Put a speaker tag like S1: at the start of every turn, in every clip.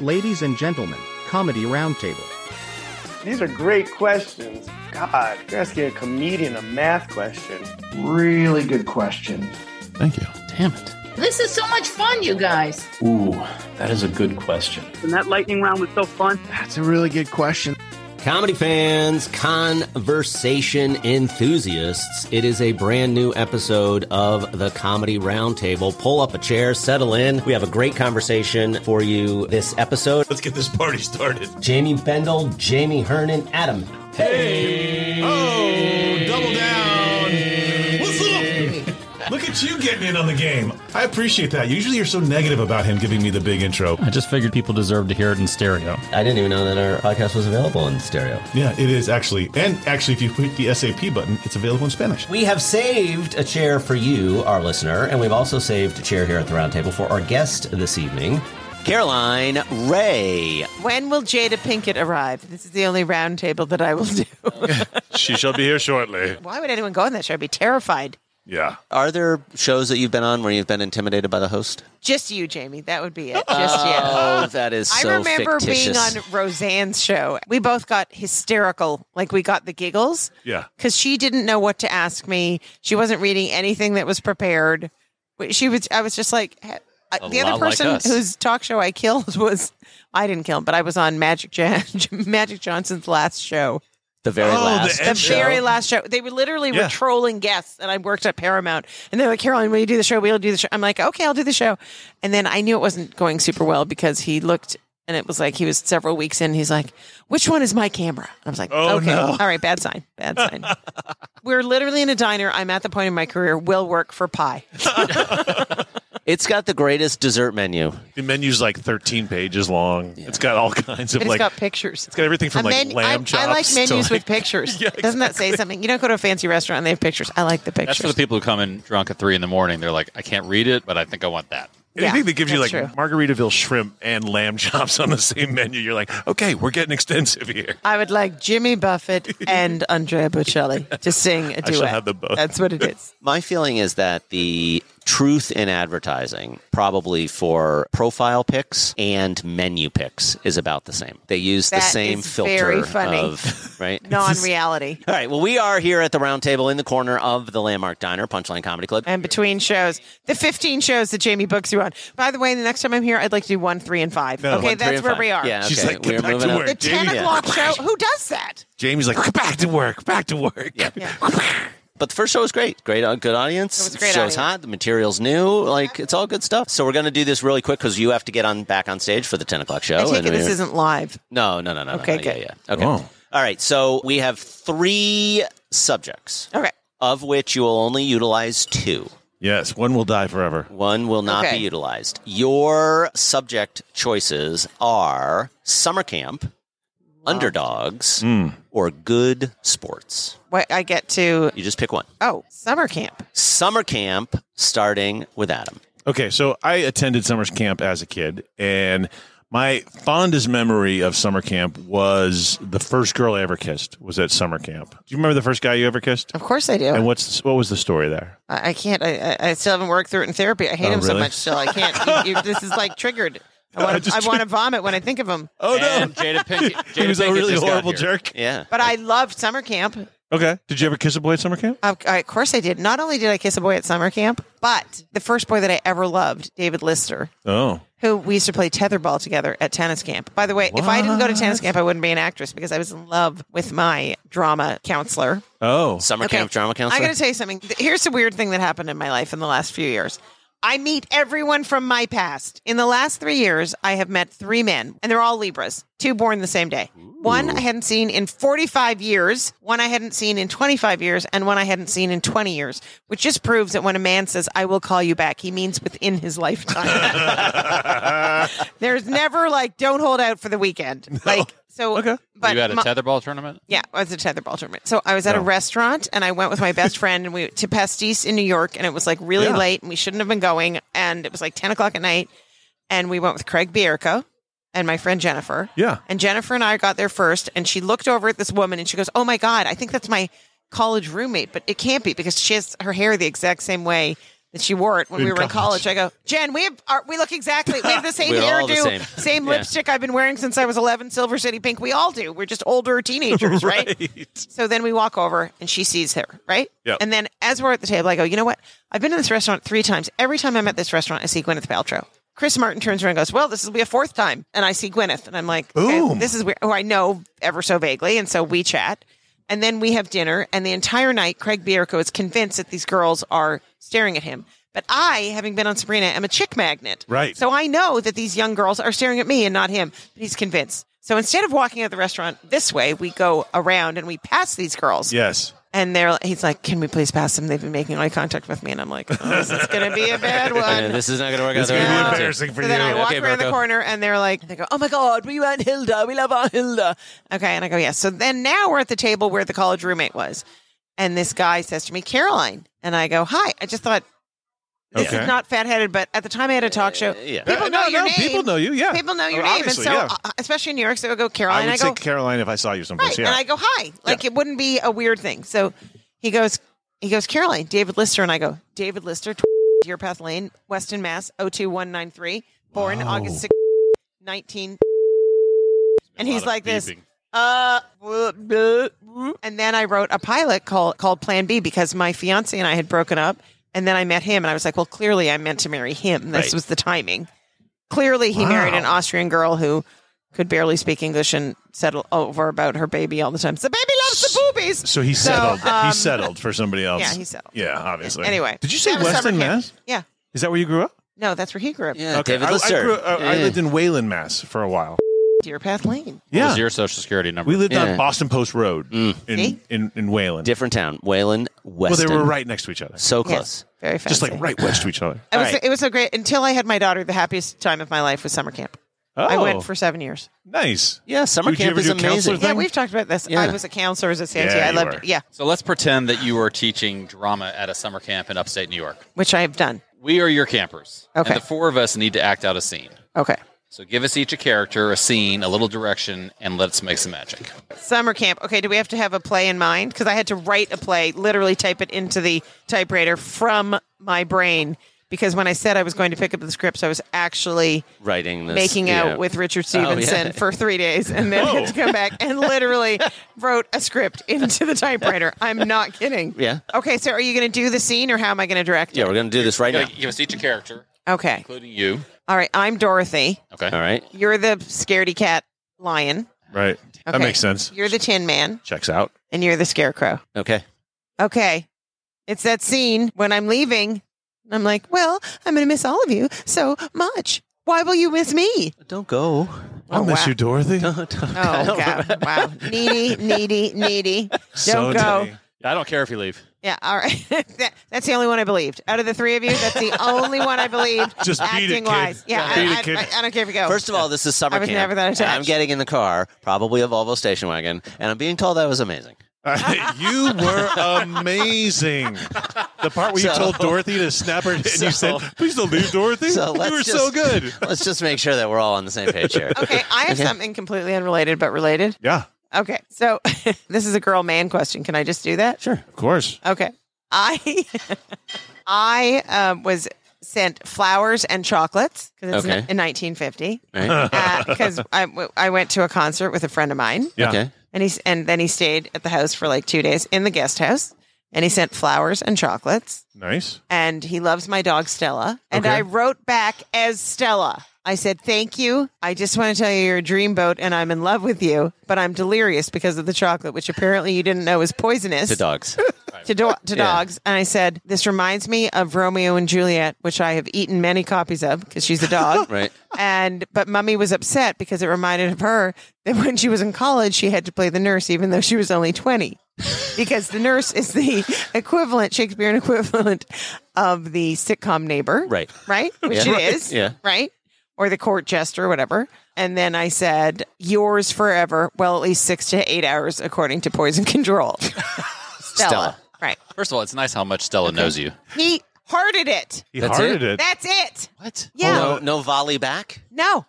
S1: Ladies and gentlemen, Comedy Roundtable.
S2: These are great questions. God, you're asking a comedian a math question.
S3: Really good question.
S4: Thank you.
S5: Damn it.
S6: This is so much fun, you guys.
S7: Ooh, that is a good question.
S8: And that lightning round was so fun.
S4: That's a really good question.
S9: Comedy fans, conversation enthusiasts, it is a brand new episode of the Comedy Roundtable. Pull up a chair, settle in. We have a great conversation for you this episode.
S10: Let's get this party started.
S9: Jamie Bendel, Jamie Hernan, Adam.
S10: Hey! Oh, double down! What's up? Look at you getting in on the game. I appreciate that. Usually you're so negative about him giving me the big intro.
S5: I just figured people deserve to hear it in stereo.
S9: I didn't even know that our podcast was available in stereo.
S10: Yeah, it is actually. And actually, if you hit the SAP button, it's available in Spanish.
S9: We have saved a chair for you, our listener, and we've also saved a chair here at the roundtable for our guest this evening. Caroline Ray.
S11: When will Jada Pinkett arrive? This is the only roundtable that I will do.
S10: She shall be here shortly.
S11: Why would anyone go on that show? I'd be terrified.
S10: Yeah.
S9: Are there shows that you've been on where you've been intimidated by the host?
S11: Just you, Jamie. That would be it. Just you.
S9: Oh, that is so
S11: I remember being
S9: fictitious.
S11: on Roseanne's show. We both got hysterical. Like we got the giggles
S10: Yeah.
S11: because she didn't know what to ask me. She wasn't reading anything that was prepared. But She was. I was just like he- I-
S7: A
S11: the other
S7: lot like
S11: person
S7: us.
S11: whose talk show I killed was I didn't kill him, but I was on Magic Jan- Magic Johnson's last show,
S9: the very
S10: Oh, the
S9: last.
S10: end
S11: the
S10: show.
S11: very last show. They were literally
S10: Yeah.
S11: were trolling guests, and I worked at Paramount, and they're like, "Caroline, will you do the show? We'll do the show." I'm like, "Okay, I'll do the show," and then I knew it wasn't going super well because he looked. And it was like he was several weeks in. He's like, "Which one is my camera?" I was like,
S10: Oh,
S11: "Okay,
S10: no.
S11: all right, bad sign, bad sign." We're literally in a diner. I'm at the point in my career. Will work for pie.
S9: It's got the greatest dessert menu.
S10: The menu's like 13 pages long. It's got all kinds of
S11: But it's
S10: like.
S11: got pictures.
S10: it's got everything from
S11: A
S10: like
S11: menu-
S10: lamb
S11: I,
S10: chops.
S11: I like
S10: to,
S11: menus with
S10: like-
S11: pictures.
S10: Yeah,
S11: Doesn't that say something? You don't go to a fancy restaurant and they have pictures. I like the pictures.
S5: That's for the people who come in drunk at three in the morning. They're like, I can't read it, but I think I want that.
S10: Anything
S11: Yeah,
S10: that gives you like
S11: that's true.
S10: Margaritaville shrimp and lamb chops on the same menu, you're like, okay, we're getting extensive here.
S11: I would like Jimmy Buffett and Andrea Bocelli to sing a duet.
S10: shall have them both.
S11: That's what it is.
S9: My feeling is that the truth in advertising, probably for profile pics and menu pics, is about the same. They use the
S11: That
S9: same
S11: is
S9: filter
S11: very funny.
S9: of right.
S11: Non-reality.
S9: All right. Well, we are here at the round table in the corner of the Landmark Diner, Punchline Comedy Club.
S11: And between shows, the 15 shows that Jamie books you on. By the way, the next time I'm here, I'd like to do one, three, and five. okay,
S9: One, three,
S11: that's
S9: and
S11: where
S9: five.
S11: we are.
S9: Yeah,
S10: She's
S9: okay.
S10: like, "Get
S9: We're
S10: back to
S9: moving up.
S10: work."
S11: The 10
S10: Jamie-
S11: o'clock show. Who does that?
S10: Jamie's like, back to work, back to work.
S9: But the first show was great. Great, uh, good audience.
S11: It was a great
S9: Show's
S11: audience.
S9: hot. The material's new. Like it's all good stuff. So we're going to do this really quick because you have to get on back on stage for the ten o'clock
S10: Oh,
S9: show.
S11: I take
S9: and
S11: it this
S9: we're-
S11: isn't live.
S9: no, no, no, no. no,
S11: Okay,
S9: no,
S11: good.
S9: Yeah, yeah. Okay. All right. So we have three subjects,
S11: Okay.
S9: of which you will only utilize two.
S10: Yes, one will die forever.
S9: One will not
S11: Okay.
S9: be utilized. Your subject choices are summer camp, underdogs, or good sports.
S11: What I get to,
S9: You just pick one.
S11: oh, summer camp.
S9: Summer camp, starting with Adam.
S10: Okay, so I attended summer camp as a kid, and my fondest memory of summer camp was the first girl I ever kissed was at summer camp. Do you remember the first guy you ever kissed?
S11: Of course I do.
S10: And what's what was the story there?
S11: I I can't. I, I- I still haven't worked through it in therapy. I hate
S10: Oh,
S11: him so
S10: really?
S11: much. Still, I can't. You- you- this is like triggered. I
S10: I
S11: want to.
S10: just
S11: I want to vomit when I think of him.
S10: Oh
S5: And Jada Pinkett. Jada
S10: he was a
S5: Pinkett
S10: really
S5: just got
S10: horrible
S5: here.
S10: jerk.
S9: Yeah.
S11: But I loved summer camp.
S10: Okay, did you ever kiss a boy at summer camp?
S11: Of, uh, of course, I did. Not only did I kiss a boy at summer camp, but the first boy that I ever loved, David Lister,
S10: Oh,
S11: who we used to play tetherball together at tennis camp. By the way, if I didn't go to tennis camp, I wouldn't be an actress because I was in love with my drama counselor.
S10: oh,
S9: Summer camp drama counselor.
S11: I'm going to tell you something. Th- Here's the weird thing that happened in my life in the last few years. I meet everyone from my past. In the last three years, I have met three men, and they're all Libras, two born the same day. One I hadn't seen in 45 years, one I hadn't seen in 25 years, and one I hadn't seen in 20 years, which just proves that when a man says, I will call you back, he means within his lifetime. There's never like, don't hold out for the weekend. Like, so,
S10: Okay.
S5: Were you at a
S11: my-
S5: tetherball tournament?
S11: yeah, I was a tetherball tournament. So I was at a
S10: No.
S11: restaurant and I went with my best friend and we to Pastis in New York and it was like really
S10: Yeah.
S11: late and we shouldn't have been going and it was like ten o'clock at night and we went with Craig Bierko and my friend Jennifer.
S10: Yeah.
S11: And Jennifer and I got there first and she looked over at this woman and she goes, Oh my God, I think that's my college roommate, but it can't be because she has her hair the exact same way that she wore it when
S10: In
S11: we were in
S10: college.
S11: college. I go, Jen, we have are, we look exactly we have the same
S9: We're all
S11: hairdo,
S9: the
S11: same,
S9: same. Yeah.
S11: lipstick I've been wearing since I was eleven, Silver City Pink. We all do. We're just older teenagers, right? So then we walk over and she sees her, right?
S10: Yep.
S11: And then as we're at the table, I go, you know what? I've been to this restaurant three times. Every time I'm at this restaurant, I see Gwyneth Paltrow. Chris Martin turns around and goes, Well, this will be a fourth time. And I see Gwyneth. And I'm like, okay,
S10: Boom.
S11: This is weird. Who I know ever so vaguely. And so we chat. And then we have dinner. And the entire night, Craig Bierko is convinced that these girls are staring at him. But I, having been on Sabrina, am a chick magnet.
S10: Right.
S11: So Oh, I know that these young girls are staring at me and not him, but he's convinced. So instead of walking out of the restaurant this way, we go around and we pass these girls.
S10: Yes.
S11: And they're he's like, Can we please pass them? They've been making eye contact with me. And I'm like, oh, This is going to be a bad
S9: Uh,
S11: one.
S9: this is not going to work out.
S10: It's going to
S11: Yeah.
S10: be embarrassing for
S11: So then I
S10: you.
S11: walk
S9: Okay,
S11: around the
S9: Berko.
S11: corner and they're like, they go, oh my God, we want Hilda. We love our Hilda. Okay. And I go, yes. So then now we're at the table where the college roommate was. And this guy says to me, Caroline. And I go, hi. I just thought, this
S10: Okay. Uh,
S11: is not fat headed, but at the time I had a talk show,
S9: yeah.
S11: people know
S10: no,
S11: your
S10: no,
S11: name.
S10: people know you. Yeah.
S11: People know your
S10: Oh,
S11: name. And
S10: obviously,
S11: so,
S10: yeah.
S11: uh, especially in New York, so I go, Caroline.
S10: I would
S11: I
S10: say
S11: go,
S10: Caroline if I saw you someplace.
S11: Right.
S10: Yeah.
S11: And I go, hi. Like it wouldn't be a weird thing. So he goes, he goes, Caroline, David Lister. And I go, David Lister, tw- Deer Path Lane, Weston, Mass, 02193, born August 6, 19. And he's like this. Uh, whoop, whoop, whoop. and then I wrote a pilot called called Plan B because my fiance and I had broken up, and then I met him, and I was like, well, clearly I meant to marry him. This
S9: Right.
S11: was the timing. Clearly, he married an Austrian girl who could barely speak English and settle over about her baby all the time. So the baby loves the boobies.
S10: So he settled.
S11: um,
S10: he settled for somebody else.
S11: yeah, he settled.
S10: Yeah, obviously.
S11: Anyway,
S10: did you say
S11: that was
S10: Weston,
S11: summer camp.
S10: Mass?
S11: Yeah,
S10: Is that where you grew up?
S11: no, that's where he grew up.
S9: Yeah, David
S10: I,
S9: Mm.
S10: I
S9: Lister.
S10: grew- uh, I
S9: Yeah.
S10: lived in Wayland, Mass, for a while.
S11: Deer Path Lane.
S5: What
S10: Yeah,
S5: was your social security number?
S10: we lived
S9: Yeah. Mm.
S10: on Boston Post Road in,
S11: See?
S10: in in Wayland.
S9: different town. Whalen
S10: well, they
S9: Weston.
S10: were right next to each other,
S9: So
S11: Yes,
S9: close.
S11: very fancy.
S10: just like right west to each other.
S11: It was,
S9: All right.
S11: it was so great until I had my daughter. The happiest time of my life was summer camp.
S10: Oh,
S11: I went for seven years.
S10: nice.
S9: Yeah, summer
S10: Did you
S9: camp
S10: ever
S9: is
S10: do counselor
S9: amazing.
S10: thing?
S11: Yeah, we've talked about this.
S9: Yeah.
S11: I was a counselor as a Santee.
S10: Yeah,
S11: I
S10: you
S11: loved
S10: were.
S11: it. Yeah,
S5: so let's pretend that you were teaching drama at a summer camp in upstate New York.
S11: which I have done.
S5: We are your campers.
S11: Okay.
S5: And the four of us need to act out a scene.
S11: Okay.
S5: So give us each a character, a scene, a little direction, and let's make some magic.
S11: Summer camp. Okay, do we have to have a play in mind? Because I had to write a play, literally type it into the typewriter from my brain. Because when I said I was going to pick up the scripts, I was actually
S9: Writing this.
S11: making
S9: yeah. Oh,
S11: out with Richard Stevenson
S9: yeah.
S11: for three days and then had to come back and literally wrote a script into the typewriter. I'm not kidding.
S9: Yeah.
S11: Okay, so are you going to do the scene or how am I going to direct
S9: Yeah,
S11: it?
S9: we're going to do this right now.
S5: Yeah, give us each a character,
S11: Okay.
S5: including you.
S11: All right, I'm Dorothy.
S5: Okay.
S9: All right.
S11: You're the scaredy cat lion.
S10: Right, that
S11: Okay.
S10: makes sense.
S11: You're the Tin Man,
S10: Checks out.
S11: and you're the Scarecrow.
S9: Okay.
S11: Okay, it's that scene when I'm leaving. I'm like, well, I'm going to miss all of you so much. Why will you miss me?
S9: Don't go.
S10: I
S11: Oh,
S10: miss
S11: wow.
S10: you, Dorothy.
S9: Don't, don't
S11: Oh God! Wow, needy, needy, needy.
S10: so
S11: Don't go.
S10: tiny.
S5: I don't care if you leave.
S11: Yeah, all right. that, that's the only one I believed. Out of the three of you, that's the only one I believed.
S10: Just beat it,
S11: acting
S10: kid.
S11: wise. Yeah,
S10: Beat
S11: I,
S10: it, kid.
S11: I, I, I don't care if you go.
S9: First of all, this is summer
S11: Oh. I was
S9: camp.
S11: never that
S9: and I'm
S11: attached.
S9: getting in the car, probably a Volvo station wagon, and I'm being told I was amazing.
S10: you were amazing. The part where you
S9: So-
S10: told Dorothy to snap her and you
S9: So-
S10: said, "Please don't leave, Dorothy.
S9: So
S10: you
S9: let's
S10: were
S9: just,
S10: so good."
S9: Let's just make sure that we're all on the same page here.
S11: okay, I have
S9: Okay.
S11: something completely unrelated but related.
S10: Yeah,
S11: Okay, so this is a girl man question. Can I just do that?
S9: Sure.
S10: of course.
S11: Okay. I I um, was sent flowers and chocolates because it's
S9: Okay.
S11: in 1950
S9: Right?
S11: because Uh, I, w- I went to a concert with a friend of mine
S10: Yeah.
S9: Okay.
S11: and he s- and then he stayed at the house for like two days in the guest house and he sent flowers and chocolates
S10: Nice.
S11: and he loves my dog Stella and
S10: Okay.
S11: I wrote back as Stella. I said, thank you. I just want to tell you you're a dreamboat and I'm in love with you, but I'm delirious because of the chocolate, which apparently you didn't know is poisonous
S9: To dogs.
S11: to, do- to dogs. And I said, This reminds me of Romeo and Juliet, which I have eaten many copies of because she's a dog.
S9: Right.
S11: And, but mummy was upset because it reminded of her that when she was in college, she had to play the nurse, even though she was only 20, because the nurse is the equivalent, Shakespearean equivalent of the sitcom neighbor.
S9: Right.
S11: Right. Which
S9: Yeah.
S11: it is.
S9: Yeah.
S11: Right. Or the court jester, whatever. And then I said, yours forever. Well, at least six to eight hours, according to poison control. Stella.
S9: Stella.
S11: Right.
S5: First of all, it's nice how much Stella knows you.
S11: He hearted it.
S10: He
S9: That's
S10: hearted
S9: it?
S10: it.
S11: That's it.
S9: What? Oh,
S11: Yeah.
S9: No, no volley back?
S11: No,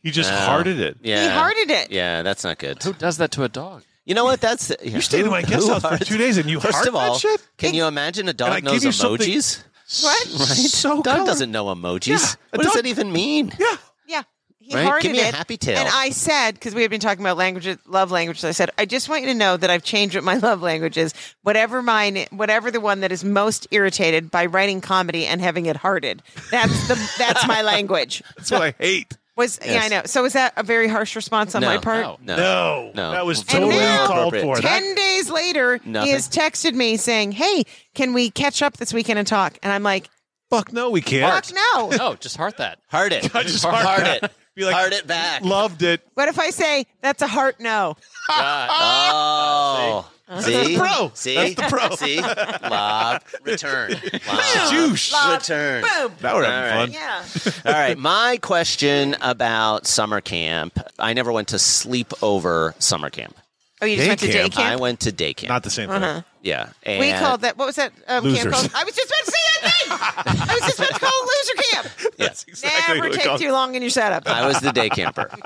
S10: He just
S9: No.
S10: hearted it.
S9: Yeah.
S11: he hearted it.
S9: Yeah, that's not good.
S5: Who does that to a dog?
S9: You know what? That's
S10: You stayed in my guest house for two days and you
S9: First
S10: heart
S9: of all,
S10: that shit?
S9: can you imagine a
S10: I
S9: dog
S10: give
S9: knows
S10: you something-
S9: emojis?
S11: What?
S9: Right?
S11: So
S9: Doug
S11: color-
S9: doesn't know emojis.
S10: Yeah,
S9: what does
S10: Doug-
S9: that even mean?
S11: Yeah. He
S9: Right?
S11: hearted
S9: Give me a
S11: it,
S9: happy tale.
S11: And I said, because we had been talking about languages, love languages, I said, I just want you to know that I've changed what my love language is. Whatever mine, whatever the one that is most irritated by writing comedy and having it hearted. That's the that's my language.
S10: That's what I hate.
S11: Was yeah,
S9: Yes.
S11: I know. So is that a very harsh response on
S9: no,
S11: my part?
S9: No.
S10: No,
S9: No.
S10: that was
S9: And
S10: totally
S11: now-
S10: called for. That,
S11: Ten days later,
S9: Nothing.
S11: he has texted me saying, "Hey, can we catch up this weekend and talk?" And I'm like,
S10: fuck no, we can't.
S11: "Fuck no."
S5: No, Oh, just heart that.
S9: Heart it.
S10: I just
S9: heart,
S10: heart
S9: it.
S10: that. Be like-
S9: heart it back.
S10: Loved it.
S11: What if I say that's a heart no?
S9: Oh. See?
S10: the pro.
S9: See?
S10: That's the pro.
S9: See? Lob. Return. Lob.
S10: Juice.
S9: Return.
S11: Boom.
S10: That would
S9: All
S10: have
S9: right.
S10: been fun.
S11: Yeah.
S9: All right, my question about summer camp. I never went to sleep over summer camp.
S11: Oh, you just
S10: Day
S11: went to day
S10: camp.
S11: camp. Uh-huh.
S9: I went to day camp.
S10: Not the same thing.
S9: yeah.
S11: We
S9: and-
S11: called that. What was that um,
S10: Losers.
S11: camp called? I was just about to say that thing. I was just about to call it loser camp.
S9: Yes.
S11: Never
S10: what we
S11: take
S10: called-
S11: too long in your setup.
S9: I was the day camper.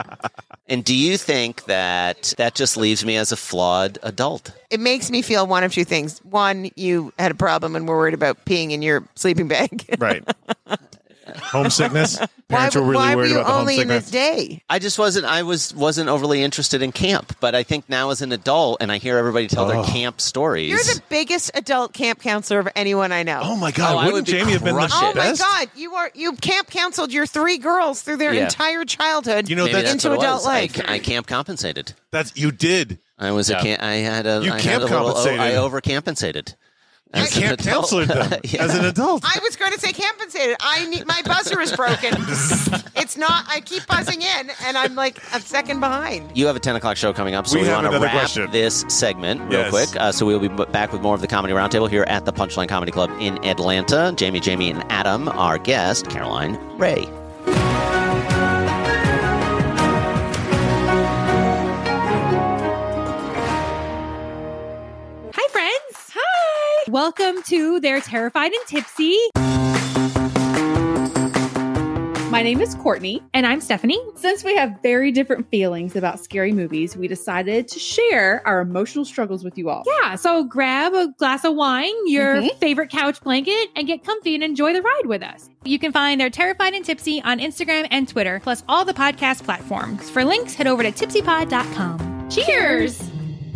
S9: And do you think that that just leaves me as a flawed adult?
S11: it makes me feel one of two things. One, you had a problem and were worried about peeing in your sleeping bag.
S10: Right. homesickness.
S11: why
S10: Parents were really
S11: why
S10: worried
S11: were you
S10: about the
S11: only in
S10: homesickness.
S11: this day?
S9: I just wasn't. I was wasn't overly interested in camp, but I think now as an adult, and I hear everybody tell their camp stories.
S11: Oh. You're the biggest adult camp counselor of anyone I know.
S10: oh my
S9: Oh, I
S10: God!
S9: would
S10: wouldn't
S9: be
S10: Jamie have been the
S9: crushing it.
S11: Oh
S9: shit.
S11: my
S10: best?
S11: God! You are you camp counseled your three girls through their
S9: Yeah.
S11: entire childhood
S10: You know,
S9: Maybe
S10: that-
S9: that's
S11: into
S9: what it
S11: adult
S9: was.
S11: life.
S9: I, I camp compensated.
S10: That's you did.
S9: I was a camp. I had a.
S10: You
S9: I had
S10: camp
S9: a little,
S10: compensated.
S9: I overcompensated.
S10: You
S9: As an
S10: can't
S9: adult.
S10: counselor them as an adult.
S11: I was going to say compensated. I need my buzzer is broken. it's not. I keep buzzing in, and I'm like a second behind.
S9: You have a 10 o'clock show coming up, so
S10: We
S9: we,
S10: have
S9: want to
S10: another
S9: wrap
S10: question.
S9: this segment real
S10: Yes.
S9: quick. Uh, so we'll be b- back with more of the Comedy Roundtable here at the Punchline Comedy Club in Atlanta. Jamie, Jamie, and Adam, our guest, Caroline Ray.
S12: Hi, friends. Hi. Welcome to They're Terrified and Tipsy. My name is Courtney. And I'm Stephanie. Since we have very different feelings about scary movies, we decided to share our emotional struggles with you all. Mm-hmm. Yeah. So grab a glass of wine, your favorite couch blanket, and get comfy and enjoy the ride with us. You can find They're Terrified and Tipsy on Instagram and Twitter, plus all the podcast platforms. For links, head over to tipsypod.com. Cheers.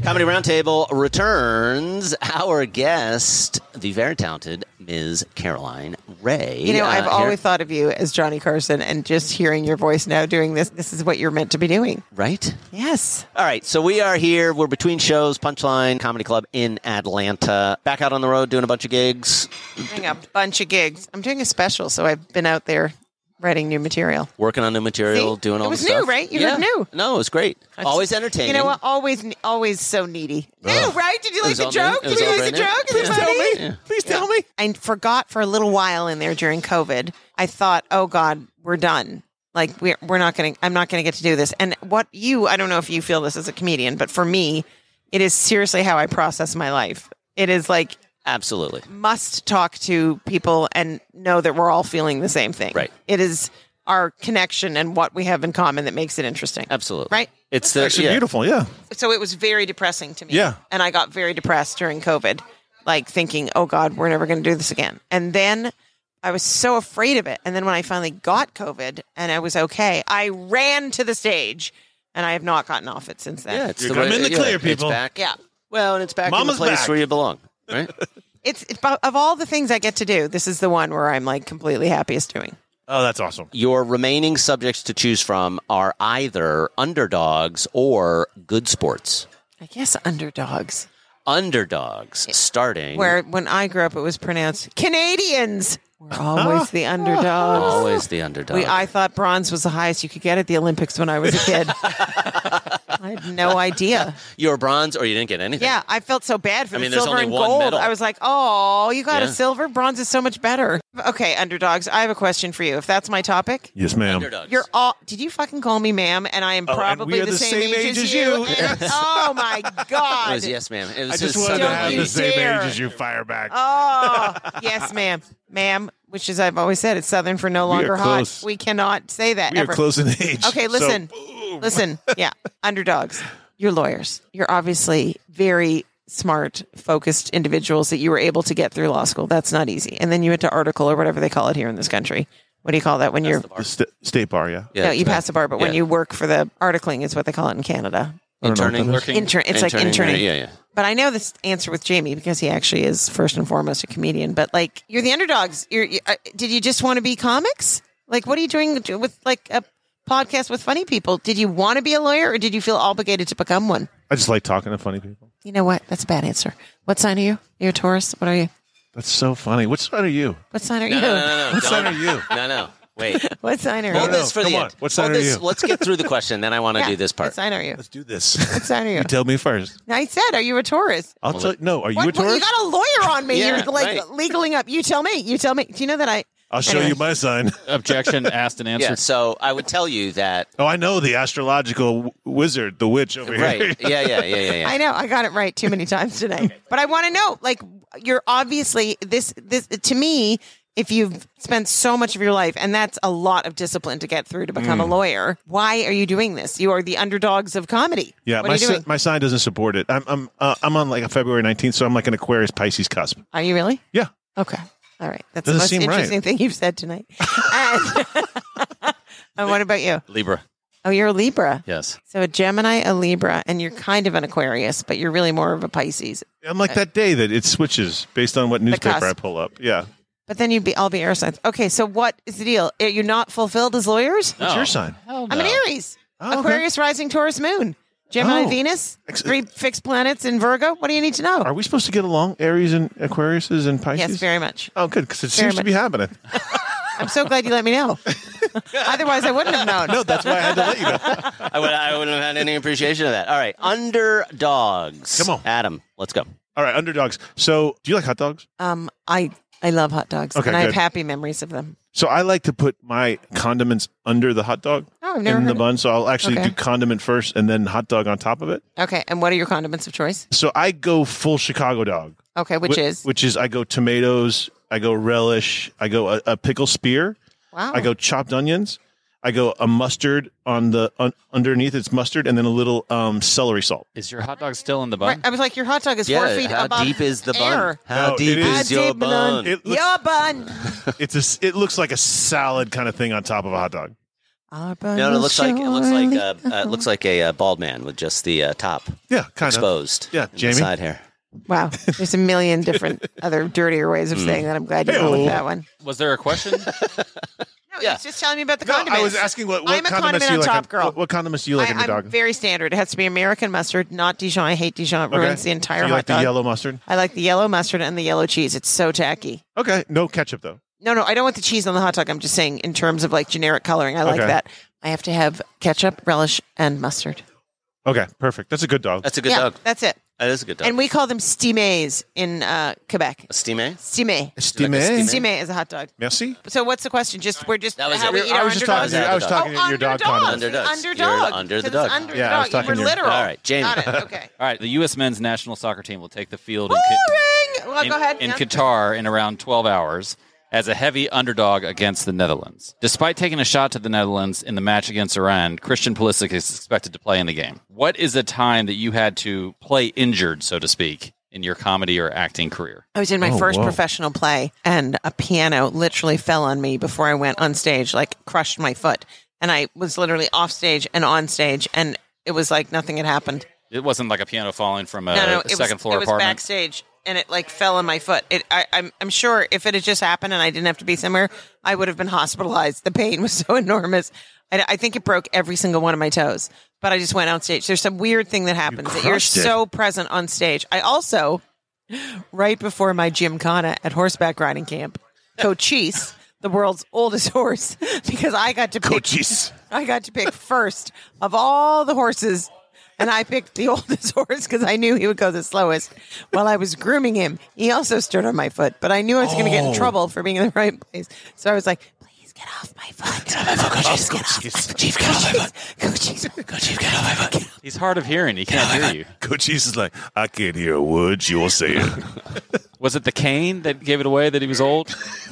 S9: Comedy Roundtable returns. Our guest, the very talented Ms. Caroline Ray.
S11: You know,
S9: Uh,
S11: I've
S9: here-
S11: always thought of you as Johnny Carson, and just hearing your voice now doing this, this is what you're meant to be doing.
S9: Right?
S11: Yes.
S9: All right, so we are here. We're between shows, Punchline Comedy Club in Atlanta. Back out on the road doing a bunch of gigs,
S11: Doing a bunch of gigs. I'm doing a special, so I've been out there writing new material.
S9: working on new material,
S11: See?
S9: doing all
S11: It was
S9: the
S11: new,
S9: stuff.
S11: right? You heard new.
S9: No, it was great. Always entertaining.
S11: You know what? Always, always so needy. No, right? Did you like
S9: was
S11: the
S9: all new.
S11: joke?
S9: It
S11: Did
S9: was
S11: you
S9: all
S11: like the
S9: brand new.
S11: joke? Is it
S9: Please tell
S11: funny?
S9: me. Yeah.
S10: Please tell me.
S11: I forgot for a little while in there during COVID. I thought, oh God, we're done. Like we're we're not going to. I'm not going to get to do this. And what you, I don't know if you feel this as a comedian, but for me, it is seriously how I process my life. It is like
S9: Absolutely.
S11: must talk to people and know that we're all feeling the same thing.
S9: Right.
S11: It is our connection and what we have in common that makes it interesting.
S9: Absolutely.
S11: Right.
S9: It's the
S10: Actually,
S9: yeah.
S10: beautiful. Yeah.
S11: So it was very depressing to me.
S10: Yeah.
S11: And I got very depressed during COVID, like thinking, oh God, we're never going to do this again. And then I was so afraid of it. And then when I finally got COVID and I was okay, I ran to the stage and I have not gotten off it since then.
S9: Yeah, it's
S10: You're
S9: the way-
S10: coming in the
S9: yeah,
S10: clear,
S9: it's
S10: people.
S9: back.
S11: Yeah.
S9: Well, and it's back
S10: Mama's
S9: in the place
S10: back.
S9: where you belong, right?
S11: It's it's about- of all the things I get to do, this is the one where I'm like completely happiest doing.
S10: Oh, that's awesome.
S9: Your remaining subjects to choose from are either underdogs or good sports.
S11: I guess underdogs.
S9: Underdogs, starting
S11: Where when I grew up, it was pronounced Canadians. We're always the underdogs.
S9: always the underdog.
S11: We, I thought bronze was the highest you could get at the Olympics when I was a kid. I had no idea.
S9: you were bronze, or you didn't get anything.
S11: Yeah, I felt so bad for
S9: I mean,
S11: the
S9: there's
S11: silver
S9: only
S11: and
S9: one
S11: gold.
S9: medal.
S11: I was like, oh, you got
S9: Yeah.
S11: a silver? Bronze is so much better. Okay, underdogs, I have a question for you. If that's my topic,
S10: Yes, ma'am.
S9: Underdogs.
S11: you're all. Did you fucking call me ma'am? And I am
S10: Oh, and
S11: probably
S10: we are
S11: the,
S10: the
S11: same,
S10: same age as you.
S11: and- oh my
S9: It
S11: God.
S9: was yes, ma'am. It was
S10: I just
S9: his
S10: wanted to
S11: Don't
S10: have
S11: you
S10: the same
S11: dare.
S10: age as you. Fire back.
S11: Oh, yes, ma'am. Ma'am, which is, I've always said, it's Southern for no
S10: We are
S11: longer hot.
S10: close.
S11: We cannot say that
S10: we are
S11: ever.
S10: close in age.
S11: Okay,
S10: so- uh,
S11: listen. Listen, yeah, underdogs. You're lawyers. You're obviously very smart, focused individuals that you were able to get through law school. That's not easy. And then you went to article or whatever they call it here in this country. What do you call that when you're
S10: The st- state bar, yeah.
S11: no, you pass the bar, but when you work for the articling is what they call it in Canada.
S10: I don't know what
S5: Interning,
S10: that is.
S5: lurking.
S11: Intern, it's like interning.
S7: Yeah, yeah.
S11: But I know this answer with Jamie because he actually is first and foremost a comedian. But like, you're the underdogs. You're, you, uh, did you just want to be comics? Like, what are you doing to- with like a podcast with funny people? Did you want to be a lawyer, or did you feel obligated to become one?
S10: I just like talking to funny people.
S11: You know what? That's a bad answer. What sign are you? You're a Taurus. What are you?
S10: That's so funny. What side are you?
S11: What sign are
S7: No,
S11: you?
S7: no, no, no.
S10: What side are
S7: don't-
S10: you?
S7: No, no. Wait.
S11: What sign are
S7: Hold
S11: you?
S10: no,
S7: this for
S10: come
S7: the
S10: on.
S7: end.
S10: What side
S7: Hold
S10: are
S7: this-
S10: you?
S7: Let's get through the question, then I want to
S11: Yeah.
S7: do this
S11: What
S7: part.
S11: sign are you?
S10: Let's do this.
S11: What sign are you?
S10: You tell me first.
S11: I said, are you a Taurus?
S10: I'll tell you. No, are you
S11: What-
S10: a
S11: what-
S10: Taurus?
S11: you got a lawyer on me.
S7: Yeah,
S11: You're like
S7: right.
S11: legaling up. You tell me. You tell me. Do you know that I?
S10: I'll show
S11: Anyway.
S10: you my sign.
S5: Objection asked and answered.
S7: Yeah, so I would tell you that.
S10: Oh, I know the astrological w- wizard, the witch over here.
S7: Right. Yeah, yeah, yeah, yeah, yeah.
S11: I know I got it right too many times today. But I want to know, like, you're obviously this. This to me, if you've spent so much of your life, and that's a lot of discipline to get through to become a
S10: Mm.
S11: lawyer. Why are you doing this? You are the underdogs of comedy.
S10: Yeah,
S11: what
S10: my
S11: are you
S10: si-
S11: doing?
S10: my sign doesn't support it. I'm I'm uh, I'm on like a February 19th, so I'm like an Aquarius Pisces cusp.
S11: Are you really?
S10: Yeah.
S11: Okay. All right. That's
S10: Doesn't
S11: the most
S10: seem right.
S11: interesting thing you've said tonight. and, and what about you?
S5: Libra.
S11: Oh, you're a Libra.
S5: Yes.
S11: So a Gemini, a Libra, and you're kind of an Aquarius, but you're really more of a Pisces.
S10: I'm like that day that it switches based on what newspaper I
S11: cusp.
S10: pull up. Yeah.
S11: But then you'd be all be air signs. Okay, so what is the deal? Are you not fulfilled as lawyers?
S10: What's your sign?
S5: Hell
S11: I'm an
S5: no.
S11: Aries,
S10: Oh, okay.
S11: Aquarius, rising Taurus, Moon, Gemini,
S10: Oh.
S11: Venus,
S10: Ex-
S11: three fixed planets in Virgo. What do you need to know?
S10: Are we supposed to get along, Aries and Aquariuses and Pisces?
S11: Yes, very much.
S10: Oh, good, because it
S11: very
S10: seems to be happening.
S11: I'm so glad you let me know. Otherwise, I wouldn't have known.
S10: No, that's why I had to let you know.
S7: I would I wouldn't have had any appreciation of that. All right. Underdogs.
S10: Come on.
S7: Adam, let's go.
S10: All right, underdogs. So, do you like hot dogs?
S11: Um, I I love hot dogs,
S10: Okay,
S11: and I have
S10: good.
S11: happy memories of them.
S10: So, I like to put my condiments under the hot dog
S11: Oh, I've never
S10: in
S11: heard.
S10: the
S11: of-
S10: bun. So, I'll actually
S11: Okay.
S10: do condiment first and then hot dog on top of it.
S11: Okay, and what are your condiments of choice?
S10: So, I go full Chicago dog,
S11: Okay, which
S10: Wh-
S11: is
S10: which is I go tomatoes, I go relish, I go a, a pickle spear,
S11: wow.
S10: I go chopped onions, I go a mustard on the un, underneath. It's mustard and then a little um, celery salt.
S5: Is your hot dog still in the
S11: Right,
S5: bun?
S11: I was like, your hot dog is four feet
S7: how
S11: above
S7: deep is the bun?
S11: air.
S7: How
S10: No, it
S7: deep
S10: is-
S7: is,
S11: How
S7: your
S11: deep, Milan?
S7: bun?
S10: It looks,
S11: Your bun.
S10: It's a s it looks like a salad kind of thing on top of a hot dog.
S11: Our bun
S7: No, no, it
S11: will
S7: looks like it looks like
S11: surely
S7: uh, uh, it looks like a uh, bald man with just the uh, top
S10: Yeah, kind of.
S7: exposed.
S10: Yeah,
S7: and the
S10: Jamie?
S7: Side hair.
S11: Wow, there's a million different other dirtier ways
S10: Hmm.
S11: of saying that. I'm glad you went with
S10: Hey-o.
S11: that one.
S5: Was there a question?
S11: No,
S7: Yeah.
S11: it's just telling me about the
S10: No,
S11: condiments.
S10: I was asking what,
S11: I'm
S10: what
S11: a
S10: condiments do you
S11: condiment
S10: like.
S11: on
S10: on-
S11: top, girl.
S10: What, what condiments do you like in
S11: I,
S10: your
S11: am
S10: dog?
S11: very standard. It has to be American mustard, not Dijon. I hate Dijon. It ruins the entire
S10: Do you
S11: hot
S10: like
S11: dog.
S10: the yellow mustard?
S11: I like the yellow mustard and the yellow cheese. It's so tacky.
S10: Okay, no ketchup though.
S11: No, no, I don't want the cheese on the hot dog. I'm just saying in terms of like generic coloring, I like
S10: Okay.
S11: that. I have to have ketchup, relish, and mustard.
S10: Okay, perfect. That's a good dog.
S7: That's a good
S11: yeah,
S7: dog.
S11: that's it.
S7: That is a good dog.
S11: And we call them steames in uh, Quebec.
S7: a steam egg?
S11: Steamé.
S10: Estimé.
S11: Steamé is a hot dog.
S10: Merci.
S11: So what's the question? Just we're just
S7: That was
S11: how
S7: it.
S11: we
S7: I
S11: eat our
S10: was just talking
S11: underdogs.
S10: to you. I
S7: Underdogs.
S10: was talking to
S11: oh,
S10: you, your dog condiments.
S7: Underdogs.
S11: Underdog.
S7: You're
S11: Underdog.
S7: under
S11: To
S7: the
S11: this
S7: dog.
S11: Underdog.
S10: Yeah, I was talking
S11: you were
S10: to your-
S11: literal.
S7: All right, Jamie.
S11: Got it. Okay.
S5: All right, the U.S. men's national soccer team will take the field in,
S11: Boring. Well,
S5: in,
S11: go ahead.
S5: in
S11: yeah.
S5: Qatar in around 12 hours as a heavy underdog against the Netherlands. Despite taking a shot to the Netherlands in the match against Iran, Christian Pulisic is expected to play in the game. What is the time that you had to play injured, so to speak, in your comedy or acting career?
S11: I was in my
S10: Oh,
S11: first
S10: whoa.
S11: professional play, and a piano literally fell on me before I went on stage, like crushed my foot, and I was literally off stage and on stage, and it was like nothing had happened.
S5: It wasn't like a piano falling from a
S11: no, no, it
S5: second
S11: was,
S5: floor
S11: it was
S5: apartment.
S11: backstage, and it like fell on my foot. It, I, I'm, I'm sure if it had just happened and I didn't have to be somewhere, I would have been hospitalized. The pain was so enormous. I, I think it broke every single one of my toes. But I just went on stage. There's some weird thing that happens that you're
S10: crushed it.
S11: so present on stage. I also, right before my gymkhana at horseback riding camp, Cochise, the world's oldest horse, because I got to pick.
S10: Cochise.
S11: I got to pick first of all the horses. And I picked the oldest horse because I knew he would go the slowest. While I was grooming him, he also stood on my foot, but I knew I was going to get in trouble for being in the right place. So I was like, please get off my foot. Cochise, Get off my foot. Chief, get off my foot. Cochise, Cochise, get off my foot.
S5: He's hard of hearing. He can't hear you.
S10: Cochise is like, I can't hear a word you're saying.
S5: Was it the cane that gave it away that he was old?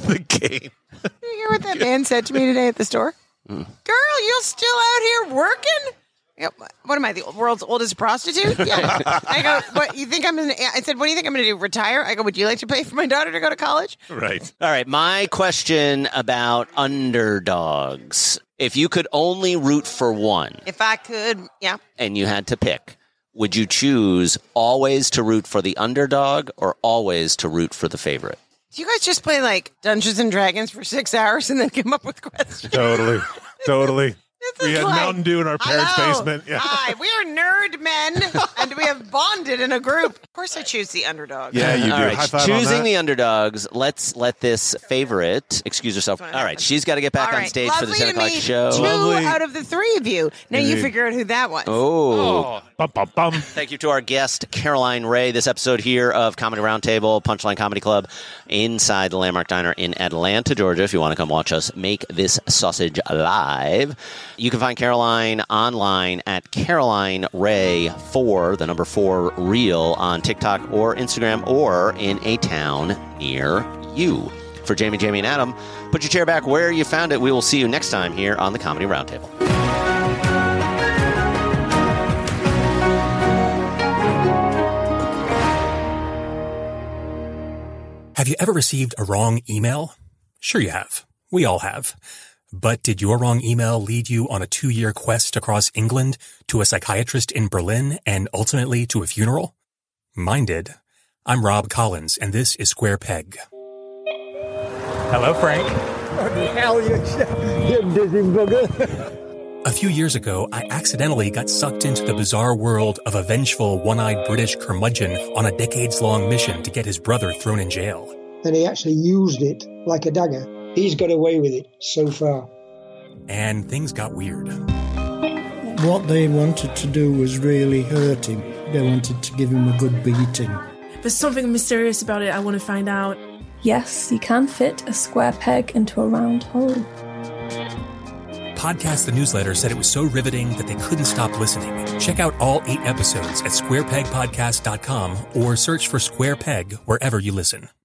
S10: the game. Mm.
S11: Did you hear what that man said to me today at the store? Girl, you're still out here working? Yep. What am I, the world's oldest prostitute? Yeah. I go, what, you think I'm going to, I said, what do you think I'm going to do? Retire? I go, would you like to pay for my daughter to go to college?
S10: Right.
S9: All right. My question about underdogs. If you could only root for one
S11: If I could, yeah.
S9: and you had to pick, would you choose always to root for the underdog or always to root for the favorite?
S11: Do you guys just play like Dungeons and Dragons for six hours and then come up with questions?
S10: Totally. totally.
S11: This
S10: We
S11: is
S10: had
S11: like,
S10: Mountain Dew in our parents'
S11: hello,
S10: basement. Yeah.
S11: Hi, we are nerd men and we have bonded in a group. Of course, I choose the underdog.
S9: All right,
S10: High five on
S9: Choosing
S10: that.
S9: the underdogs. Let's let this favorite excuse herself. All right, she's got to get back
S11: All
S9: on
S11: right,
S9: stage for the
S11: lovely
S9: ten o'clock
S11: to meet
S9: show.
S11: Two out of the three of you. Now you
S9: Indeed.
S11: figure out who that was.
S9: Oh.
S10: Bum, bum, bum.
S9: Thank you to our guest, Caroline Ray. This episode here of Comedy Roundtable, Punchline Comedy Club, inside the Landmark Diner in Atlanta, Georgia. If you want to come watch us make this sausage live, you can find Caroline online at Caroline Ray 4, the number 4 real, on TikTok or Instagram or in a town near you. For Jamie, Jamie, and Adam, put your chair back where you found it. We will see you next time here on the Comedy Roundtable.
S13: Have you ever received a wrong email? Sure you have. We all have. But did your wrong email lead you on a two year quest across England to a psychiatrist in Berlin and ultimately to a funeral? Mine did. I'm Rob Collins and this is Square Peg. Hello, Frank.
S14: Hell, you dizzy booger.
S13: A few years ago, I accidentally got sucked into the bizarre world of a vengeful, one-eyed British curmudgeon on a decades-long mission to get his brother thrown in jail.
S14: And he actually used it like a dagger. He's got away with it so far.
S13: And things got weird.
S14: What they wanted to do was really hurt him. They wanted to give him a good beating.
S15: There's something mysterious about it I want to find out.
S16: Yes, you can fit a square peg into a round hole.
S13: Podcast The Newsletter said it was so riveting that they couldn't stop listening. Check out all eight episodes at squarepegpodcast.com or search for Square Peg wherever you listen.